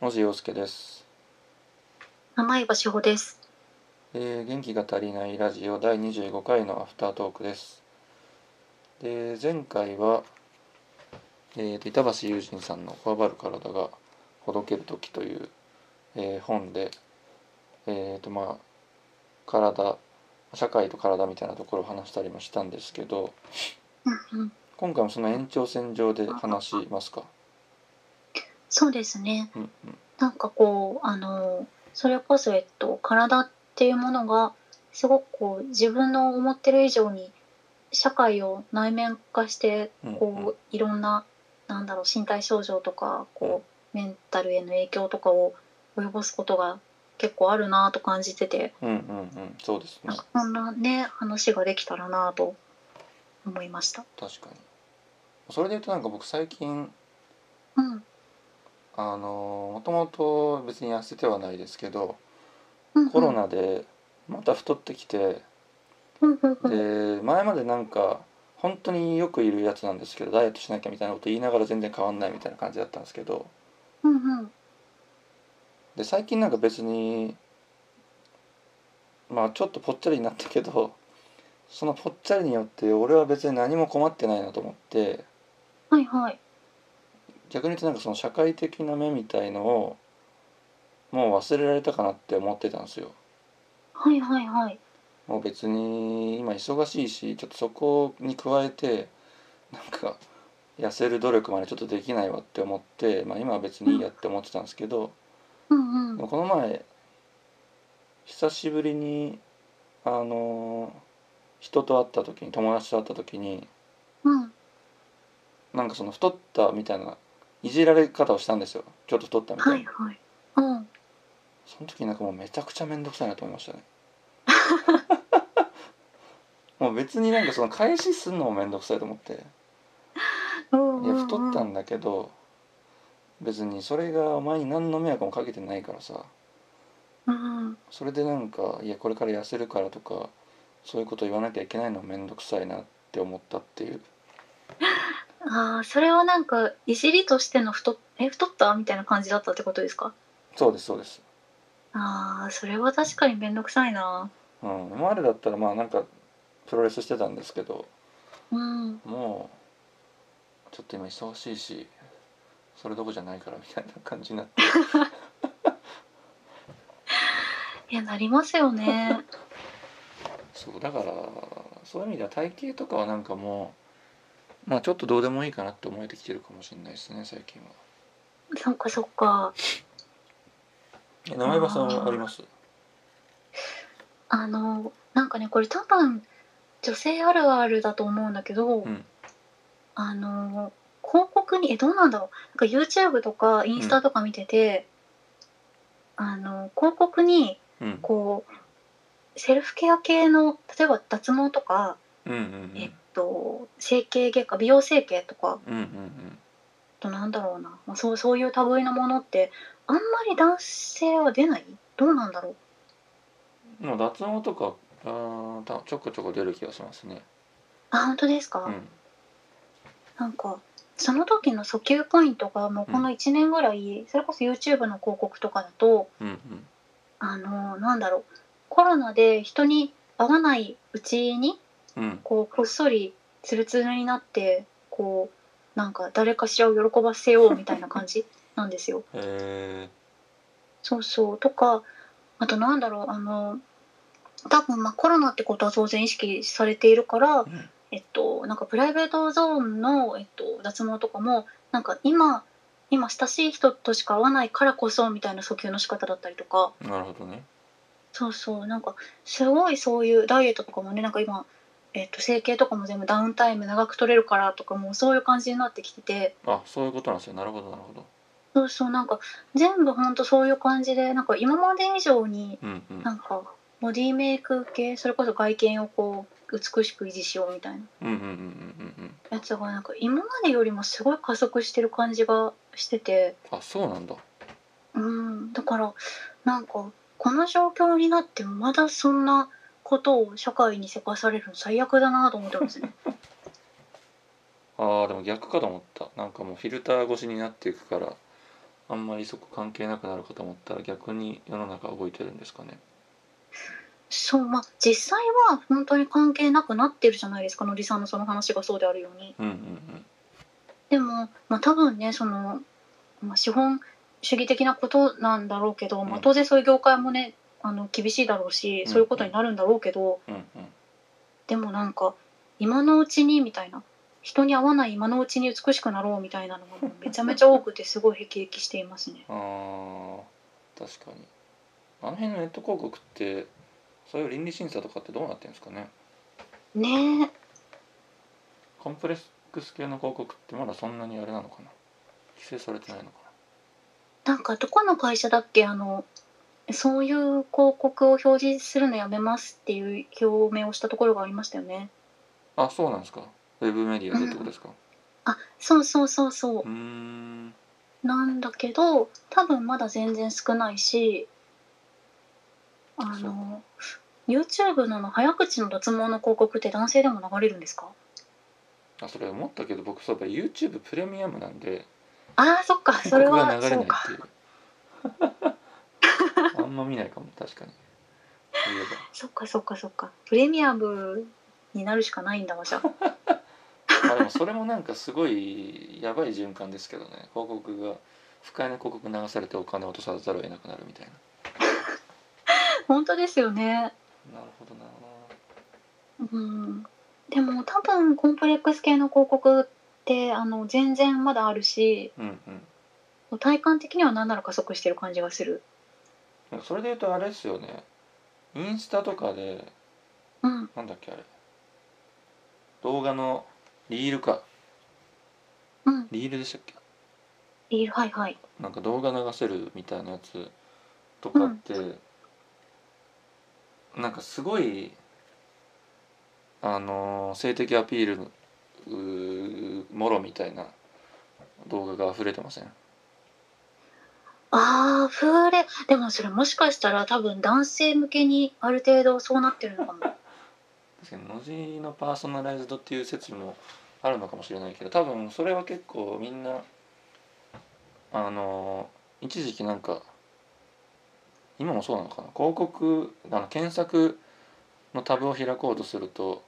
野地洋介です、七井志保です。えー元気が足りないラジオ第25回のアフタートークですで前回は、えーと板橋友人さんの「こわばる体がほどける時」という、えー本でえーとまあ体社会と体みたいなところを話したりもしたんですけどうんうん、今回もその延長線上で話しますか、そうですね。うんうん、なんかこうあのそれこそえっと体っていうものがすごくこう自分の思ってる以上に社会を内面化してうんうんこういろんななんだろう身体症状とかこうメンタルへの影響とかを及ぼすことが結構あるなぁと感じててうんうんうんそうですねなんかこんなね話ができたらなぁと思いました。確かにそれで言うとなんか僕最近うんあのもともと別に痩せてはないですけどうんうんコロナでまた太ってきて、うんうんうんで前までなんか本当によくいるやつなんですけどダイエットしなきゃみたいなこと言いながら全然変わんないみたいな感じだったんですけどうんうんで最近なんか別にまあちょっとぽっちゃりになったけどそのぽっちゃりによって俺は別に何も困ってないなと思ってはいはい。逆に言うとなんかその社会的な目みたいのをもう忘れられたかなって思ってたんですよ。はいはいはい。もう別に今忙しいしちょっとそこに加えてなんか痩せる努力までちょっとできないわって思って、まあ、今は別にいいやって思ってたんですけどうでんうん。もこの前久しぶりにあのー人と会った時に友達と会った時にうん。なんかその太ったみたいないじられ方をしたんですよちょっと太ったみたいな、はいはい。うん。その時なんかもうめちゃくちゃ面倒くさいなと思いましたねもう別になんかその返しすんのも面倒くさいと思ってうんいうんやうん太ったんだけど別にそれがお前に何の迷惑もかけてないからさうんうん。それでなんかいやこれから痩せるからとかそういうこと言わなきゃいけないのは面倒くさいなって思ったっていうああ、それはなんか、いじりとしての太っ、え、太ったみたいな感じだったってことですかそうですそうです、ああ、それは確かにめんどくさいな。うん、今までだったらまあなんかプロレスしてたんですけどうん。もうちょっと今忙しいしそれどこじゃないからみたいな感じになっていや、なりますよね。 そうだからそういう意味では体型とかはなんかもうまあちょっとどうでもいいかなって思えてきてるかもしれないですね最近は。そっかそっか。え名前場さんはありますあの、なんかね、これ多分、女性あるあるだと思うんだけど、うんあの、広告に、え、どうなんだろう。なんか YouTube とかインスタとか見てて、あの、広告に、うんこうセルフケア系の例えば脱毛とか、うんうんえっと整形外科美容整形とかうんうんうんあとなんだろうな、まあ、そうそういう類のものってあんまり男性は出ないどうなんだろううんもう脱毛とかあーたちょこちょこ出る気がしますねあ本当ですか、うんなんかその時の訴求ポイントがもうこの1年ぐらい、それこそ YouTube の広告とかだとうんうんあのなんだろうコロナで人に会わないうちにうんこうこっそりツルツルになってこうなんか誰かしらを喜ばせようみたいな感じなんですよ。えそうそうとかあとなんだろうあの多分まあコロナってことは当然意識されているからー、う、んえっと、なんかプライベートゾーンの、えっと、脱毛とかもなんか今今親しい人としか会わないからこそみたいな訴求の仕方だったりとか。なるほどねそうそうなんかすごいそういうダイエットとかもねなんか今、えっと整形とかも全部ダウンタイム長く取れるからとかもうそういう感じになってきててあそういうことなんですよなるほどなるほどそうそうなんか全部ほんとそういう感じでなんか今まで以上にうんうんなんかボディメイク系それこそ外見をこう美しく維持しようみたいなうんうんうんうんうんうんやつがなんか今までよりもすごい加速してる感じがしててあそうなんだうんだからなんかこの状況になってもまだそんなことを社会にせかされるの最悪だなと思ってますね。あーでも逆かと思ったなんかもうフィルター越しになっていくからあんまりそこ関係なくなるかと思ったら逆に世の中動いてるんですかねそうまあ実際は本当に関係なくなってるじゃないですかのりさんのその話がそうであるようにうんうんでも、まあ、多分ねその、まあ、資本主義的なことなんだろうけど、まうあ、ん当然そういう業界もねあの厳しいだろうしうんそういうことになるんだろうけどうんうんうんでもなんか今のうちにみたいな人に合わない今のうちに美しくなろうみたいなのがもうめちゃめちゃ多くてすごい辟易していますね。あー確かにあの辺のネット広告ってそういう倫理審査とかってどうなってるんですかねねえコンプレックス系の広告ってまだそんなにあれなのかな規制されてないのかなんかどこの会社だっけあのそういう広告を表示するのやめますっていう表明をしたところがありましたよね。なあそうなんですかウェブメディアでってことですかあそうそうそうそううーんなんだけど多分まだ全然少ないしあの YouTube のあの早口の脱毛の広告って男性でも流れるんですかあそれ思ったけど僕そういえば YouTube プレミアムなんであーそっか それ広告がは流れなそいうかっていうあんま見ないかも確かにそういえばそっかそっかそっかプレミアムになるしかないんだわじゃ あまあでもそれもなんかすごいやばい循環ですけどね広告が不快な広告流されてお金を落とさざるを得なくなるみたい本当ですよねななるほどなうんでも多分コンプレックス系の広告ってあの全然まだあるしうんうん体感的には何なら加速してる感じがするなんかそれで言うとあれですよねインスタとかでうんなんだっけあれ動画のリールかうんリールでしたっけリールはいはいなんか動画流せるみたいなやつとかって、なんかすごいあのー性的アピールうーもろみたいな動画が溢れてませんああ、フーレ。でもそれもしかしたら多分男性向けにある程度そうなってるのか も。確かに文字のパーソナライズドっていう説もあるのかもしれないけど多分それは結構みんなあのー一時期なんか今もそうなのかな広告あの検索のタブを開こうとすると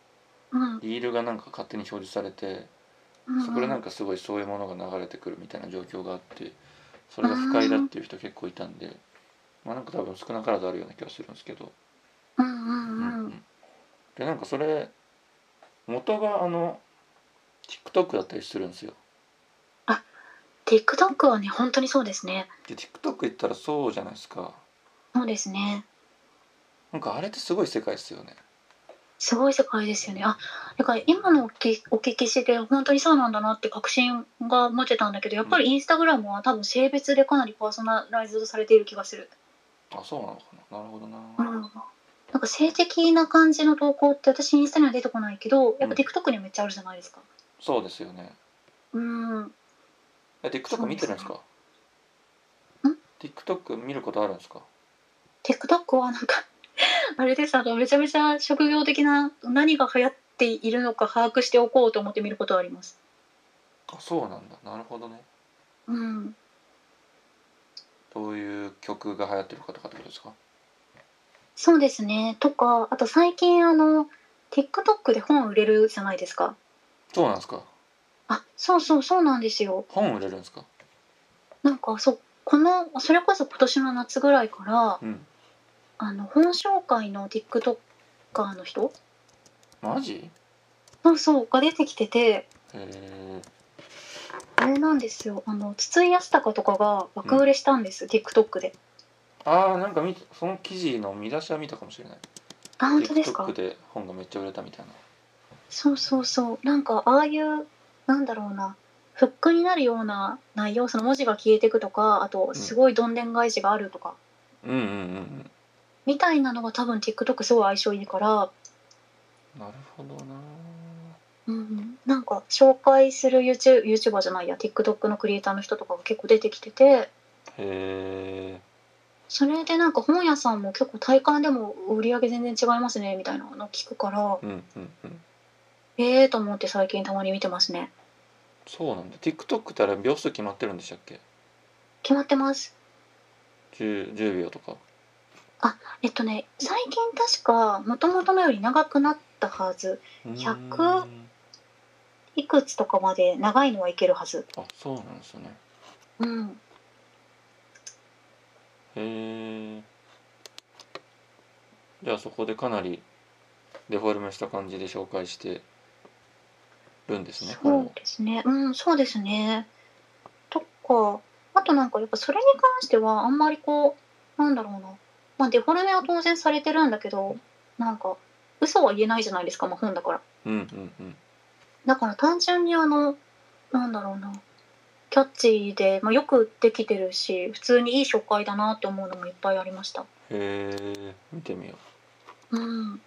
うん。リールがなんか勝手に表示されてうんそこでなんかすごいそういうものが流れてくるみたいな状況があってそれが不快だっていう人結構いたんでまあなんか多分少なからずあるような気がするんですけどうんううんうん。んでなんかそれ元があの TikTok だったりするんですよ TikTok はね、本当にそうですね。で TikTok 行ったらそうじゃないですかそうですね。なんかあれってすごい世界ですよねすごい世界ですよね。あ、だから今のおきお聞きしてて本当にそうなんだなって確信が持てたんだけど、やっぱりインスタグラムは多分性別でかなりパーソナライズドされている気がする。あそうなのかななるほどなうん。なんか性的な感じの投稿って私インスタには出てこないけど、やっぱ TikTok にはめっちゃあるじゃないですか。そうですよねうん。え TikTok 見てるんですかそうで TikTok 見ることあるんですか TikTok はなんか あれですあのめちゃめちゃ職業的な何が流行っているのか把握しておこうと思って見ることはあります。あそうなんだなるほどねうん、どういう曲が流行ってるかとかってことですかそうですねとかあと最近あの TikTok で本売れるじゃないですか。そうなんですかあそうそうそうなんですよ。本売れるんですかなんかそうこのそれこそ今年の夏ぐらいからうんあの本紹介の TikToker の人マジそうそうが出てきててへあれなんですよあの筒井康隆とかが爆売れしたんです、TikTok で。ーあーなんか見たその記事の見出しは見たかもしれないあ本当ですか TikTok で本がめっちゃ売れたみたいなそうそうそうなんかああいうなんだろうなフックになるような内容その文字が消えていくとかあとすごいどんでん返しがあるとか、うんうんうんうんみたいなのが多分 TikTok すごい相性いいから、なるほどなうん、なんか紹介する YouTube YouTuber じゃないや TikTok のクリエイターの人とかが結構出てきててへえそれでなんか本屋さんも結構体感でも売り上げ全然違いますねみたいなの聞くからうんうんうんええー、と思って最近たまに見てますね。そうなんだ TikTok ってあれ秒数決まってるんでしたっけ決まってます。 10, 10秒とかえっとね、最近確か、もともとのより長くなったはず。100うーんいくつとかまで長いのはいけるはず。あそうなんですねうん。へえじゃあそこでかなりデフォルメした感じで紹介してるんですねこれそうもですね。うん、そうですね。とか、あとなんかやっぱそれに関しては、あんまりこう、なんだろうな。まあデフォルメは当然されてるんだけど、なんか、嘘は言えないじゃないですか、まあ本だから。うんうんうんだから単純にあのなんだろうなキャッチーで、まあ、よくできてるし普通にいい紹介だなって思うのもいっぱいありましたへえ見てみようん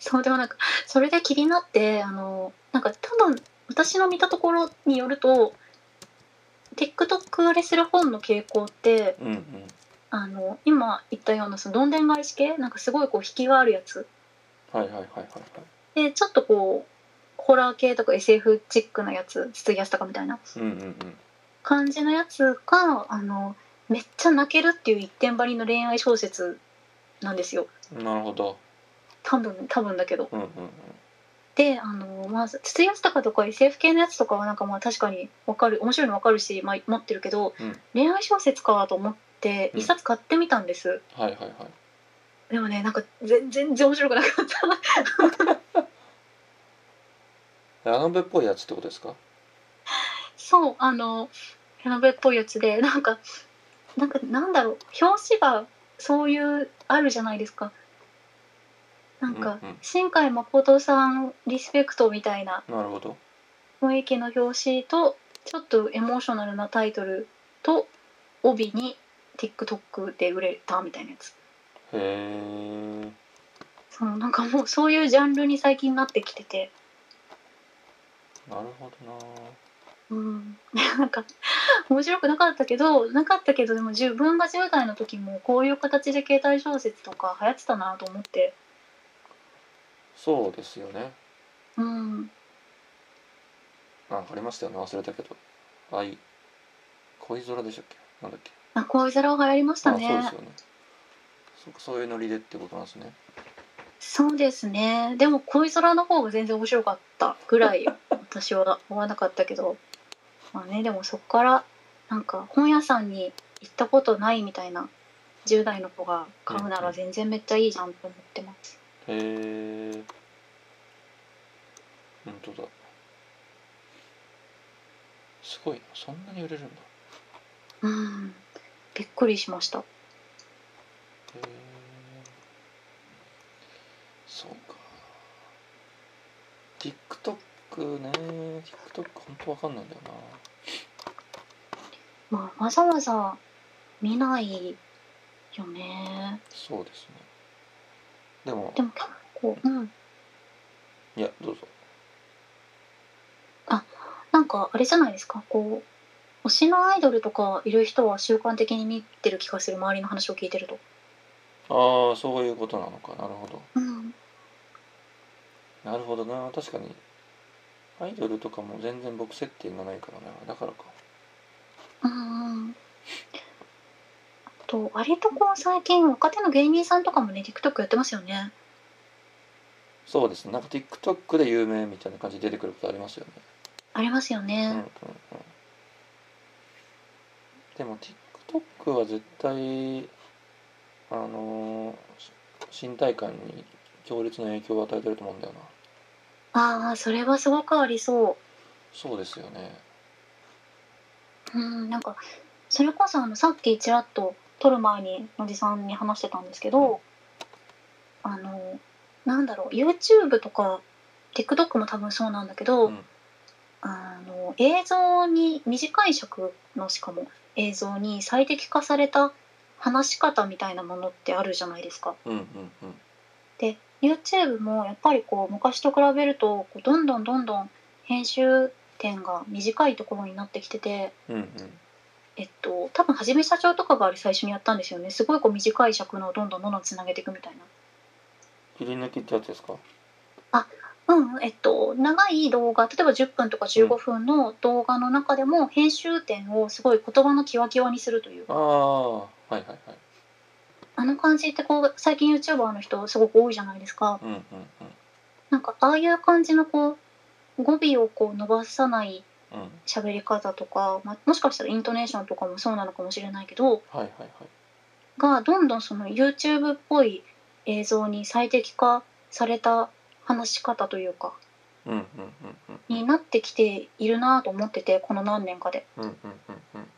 そうでもなんかそれで気になってあのなんか多分私の見たところによると TikTok 売れする本の傾向ってううんうんあの今言ったようなそのどんでん返し系なんかすごいこう引きがあるやつはいはいはいはいはいでちょっとこうホラー系とか SF チックなやつ筒井康隆みたいなうんうんうん感じのやつがあのめっちゃ泣けるっていう一点張りの恋愛小説なんですよなるほど。多分多分だけど。うんうんうん。であの、まあ、筒井康隆とか SF 系のやつとかはなんかまあ確かにわかる面白いのわかるし、まあ、持ってるけど、うん恋愛小説かと思ってうん一冊買ってみたんです、はいはいはい。でもねなんか全全然面白く なかったラノベっぽいやつってことですか。そうあのラノベっぽいやつでなんかなんかなんだろう表紙がそういうあるじゃないですかなんか、うんうん新海誠さんリスペクトみたいななるほど。雰囲気の表紙とちょっとエモーショナルなタイトルと帯に TikTok で売れたみたいなやつへえ。そのなんかもうそういうジャンルに最近なってきててなるほどな。うん、 なんか面白くなかったけどなかったけどでも自分が10代の時もこういう形で携帯小説とか流行ってたなと思ってそうですよね。うんなんかありましたよね。忘れたけど。あい。恋空でしたっけ。なんだっけ。あ恋皿は流行りましたねあ、そうですよね。そそういうノリでってことなんですね。そうですねでも恋皿の方が全然面白かったぐらい 私は思わなかったけどまあねでもそっからなんか本屋さんに行ったことないみたいな10代の子が買うなら全然めっちゃいいじゃんと思ってますへえ。本当だ。すごいな。そんなに売れるんだ。うんびっくりしましたへーそうか TikTok ね TikTok 本当わかんないんだよなまあ、わざわざ見ないよね。そうですねでもでも結構、うん。いやどうぞなんか、あれじゃないですか。こう、推しのアイドルとかいる人は習慣的に見てる気がする。周りの話を聞いてると。ああそういうことなのかなるほどうん。なるほどな確かにアイドルとかも全然僕接点がないからなだからかうん。あと、割とこう、最近、若手の芸人さんとかもね、TikTok やってますよね。そうですねなんか TikTok で有名みたいな感じで出てくることありますよねありますようんうんうねん。でも TikTok は絶対あのーし身体感に強烈な影響を与えてると思うんだよなああ、それはすごくありそう。そうですよねうん、なんかそれこそあのさっきちらっと撮る前にのじさんに話してたんですけど、あのなんだろう YouTube とか TikTok も多分そうなんだけうど、んあの映像に短い尺のしかも映像に最適化された話し方みたいなものってあるじゃないですか。うんうんうんで YouTube もやっぱりこう昔と比べるとこうどんどんどんどん編集点が短いところになってきてて。うんうんえっと、多分はじめ社長とかがあれ最初にやったんですよねすごいこう短い尺のをどんどんどんどんつなげていくみたいな切り抜きってやつですかうんうん、えっと、長い動画、例えば10分とか15分の動画の中でも、編集点をすごい言葉のキワキワにするというああはいはいはいあの感じってこう、最近 YouTuber の人すごく多いじゃないですか。うんうんうんなんか、ああいう感じのこう、語尾をこう伸ばさないうんはい喋り方とか、まあ、もしかしたらイントネーションとかもそうなのかもしれないけど、はいはいがどんどんその YouTube っぽい映像に最適化された話し方というか、うんうんうんうんになってきているなと思ってて、この何年かで。うんうんうんうん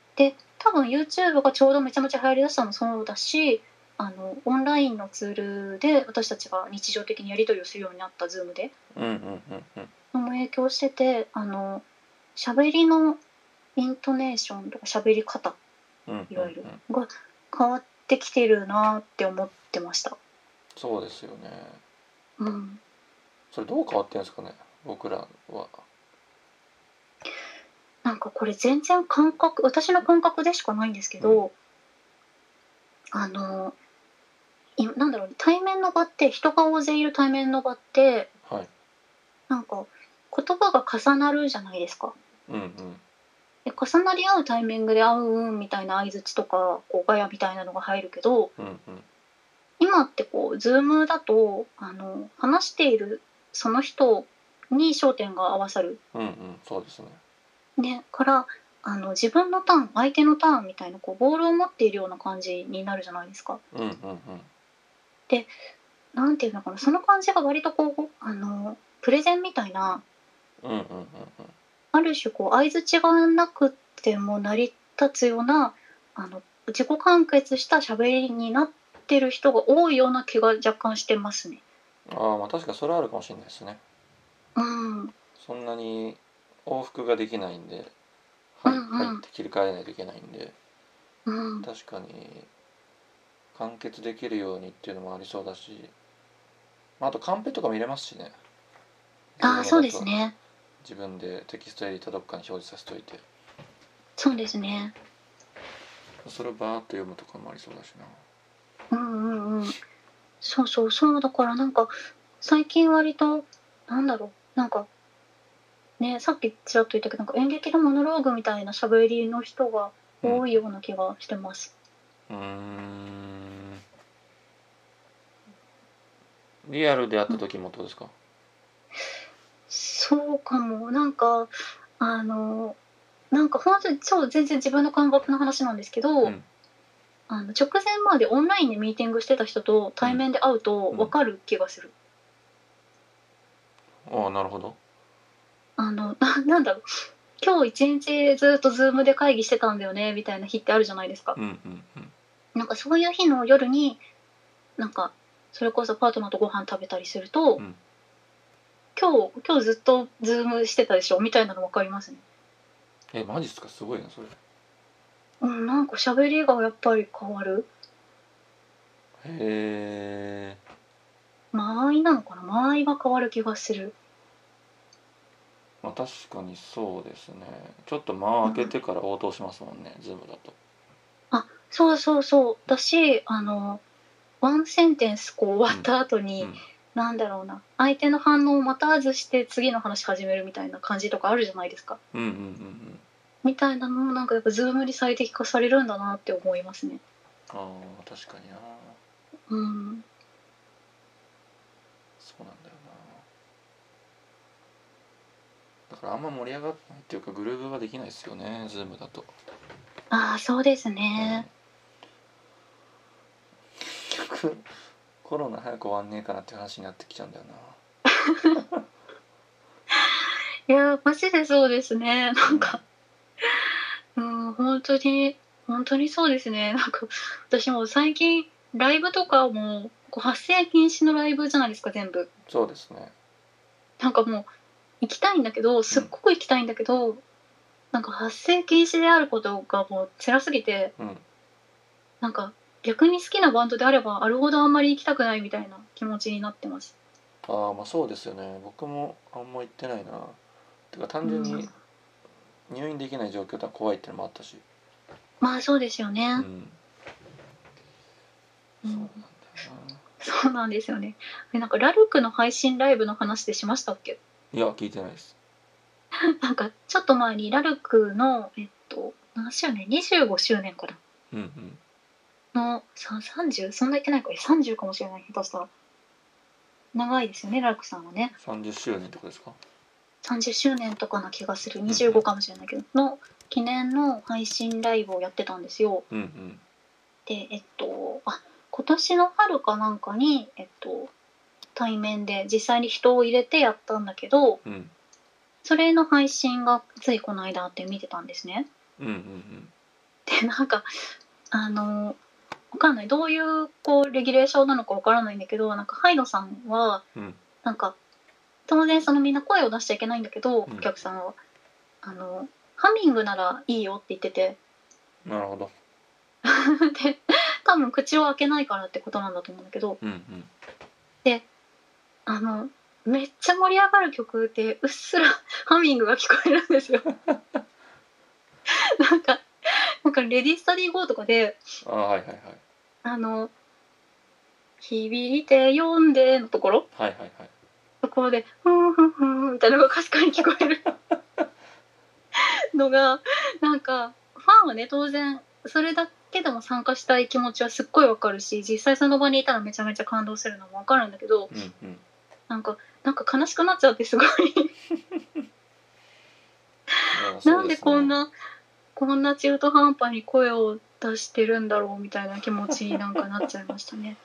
多分 YouTube がちょうどめちゃめちゃ流行りだしたのもそうだしあのオンラインのツールで私たちが日常的にやり取りをするようになった Zoom でうんうんうんうんのも影響しててあの喋りのイントネーションとか喋り方うんうんうんいわゆるが変わってきてるなって思ってました。そうですよねうん、それどう変わってるんですかね僕らはなんかこれ全然感覚私の感覚でしかないんですけど、あのいなんだろう対面の場って人が大勢いる対面の場ってはいなんか言葉が重なるじゃないですか。うんうんで重なり合うタイミングで「あうんうん」みたいな相づちとかこうガヤみたいなのが入るけどうんうん今ってこうズームだとあの話しているその人に焦点が合わさる、うんうんそうですねね、からあの自分のターン相手のターンみたいなこうボールを持っているような感じになるじゃないですか。うんうんうんなんていうのかなその感じが割とこうあのプレゼンみたいなうんうんうんある種こう相槌がなくても成り立つようなあの自己完結した喋りになってる人が多いような気が若干してますね。うんああまあ確かにそれはあるかもしれないですねうん、うんそんなに往復ができないんではいうんうん入って切り替えないといけないんでうん確かに完結できるようにっていうのもありそうだしまああとカンペとかも入れますしねああそうですね自分でテキストエディターどっかに表示させといてそうですねそれをバーッと読むとかもありそうだしなうんうんうんそうそうそうだからなんか最近割となんだろうなんかねさっきちらっと言ったけどなんか演劇のモノローグみたいな喋りの人が多いような気がしてます。うーんリアルで会った時もどうですか、そうかもなんかあのなんか本当に超全然自分の感覚の話なんですけど、うんあの直前までオンラインでミーティングしてた人と対面で会うとうん分かる気がする、ああなるほどあの ななんだろう今日一日ずっとズームで会議してたんだよねみたいな日ってあるじゃないですかう、んうんうんなんかそういう日の夜になんかそれこそパートナーとご飯食べたりすると、うん今日今日ずっとズームしてたでしょみたいなの分かりますねえマジっすかすごいなそれへうんなんか喋りがやっぱり変わるえ間合いなのかな間合いが変わる気がするまあ確かにそうですねちょっと間を開けてから応答しますもんね、ズームだとそうそうそうだしあのワンセンテンスこう終わった後に、うんなんだろうな相手の反応を待たずして次の話始めるみたいな感じとかあるじゃないですかうんうんうんうんみたいなのもなんかやっぱズームに最適化されるんだなって思いますねああ確かになうんそうなんだよなだからあんま盛り上がらないっていうかグルーブができないですよねズームだとああそうですね、結局コロナ早く終わんねえかなって話になってきちゃうんだよいやーマジでそうですなね なんかうん本当に本当にそうですねなんか私も最近ライブとかもこう発声禁止のライブじゃないですか全部そうですねなんかもう行きたいんだけどすっごく行きたいんだけど、なんか発声禁止であることがもう辛すぎてうんなんか逆に好きなバンドであればあるほどあんまり行きたくないみたいな気持ちになってます。ああまあそうですよね僕もあんま行ってないなてか単純うにん入院できない状況だ怖いってのもあったしまあそうですよねう。んそうなんだよなそうなんですよね。えなんかラルクの配信ライブの話でしましたっけ？ いや聞いてないですなんかちょっと前にラルクのえっと何周年25周年かなうんうんのさ30そんな言ってないかえ30かもしれない下手したら長いですよねラルクさんはね30周年ってことですか30周年とかな気がする25かもしれないけどの記念の配信ライブをやってたんですようんうんでえっとあ今年の春かなんかにえっと対面で実際に人を入れてやったんだけどうんそれの配信がついこの間あって見てたんですね うんうんでなんかあのわかんないどういうこうレギュレーションなのかわからないんだけどなんかハイドさんは、うんなんか当然そのみんな声を出しちゃいけないんだけど、うんお客さんはあのハミングならいいよって言って てうんなるほどで多分口を開けないからってことなんだと思うんだけどうんうんあのめっちゃ盛り上がる曲でうっすら ハミングが聞こえるんですよ。なんかなんかレディースタディーゴーとかであはいはいはいあの「響いて読んで」のところはいはいはいところで「ふんふんふん」みたいなのがかすかに聞こえるのがなんかファンはね当然それだけでも参加したい気持ちはすっごいわかるし実際その場にいたらめちゃめちゃ感動するのもわかるんだけどうんうんなんかなんか悲しくなっちゃってすごいいやそうすねなんでこんなこんな中途半端に声を出してるんだろうみたいな気持ちになんかなっちゃいまし たね。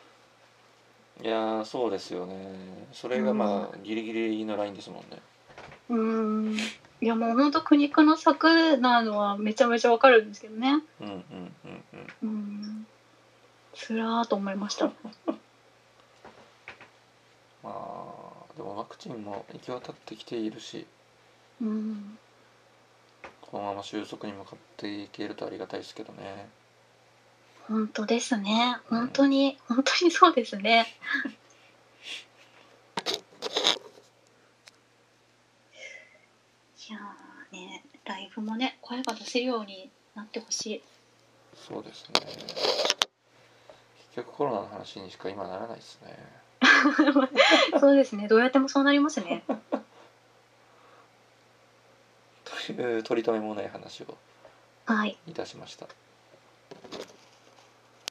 いやーそうですよねそれがまあギリギリのラインですもんねうーんいやもうほんと苦肉の策なのはめちゃめちゃわかるんですけどねうんうんうんうんうーんつらーと思いましたまあでもワクチンも行き渡ってきているしうんこのまま収束に向かっていけるとありがたいですけどね本当ですね本当に本当にそうですねいやーねライブもね声が出せるようになってほしいそうですね結局コロナの話にしか今ならないですねそうですねどうやってもそうなりますねという取り留めもない話をはいいたしました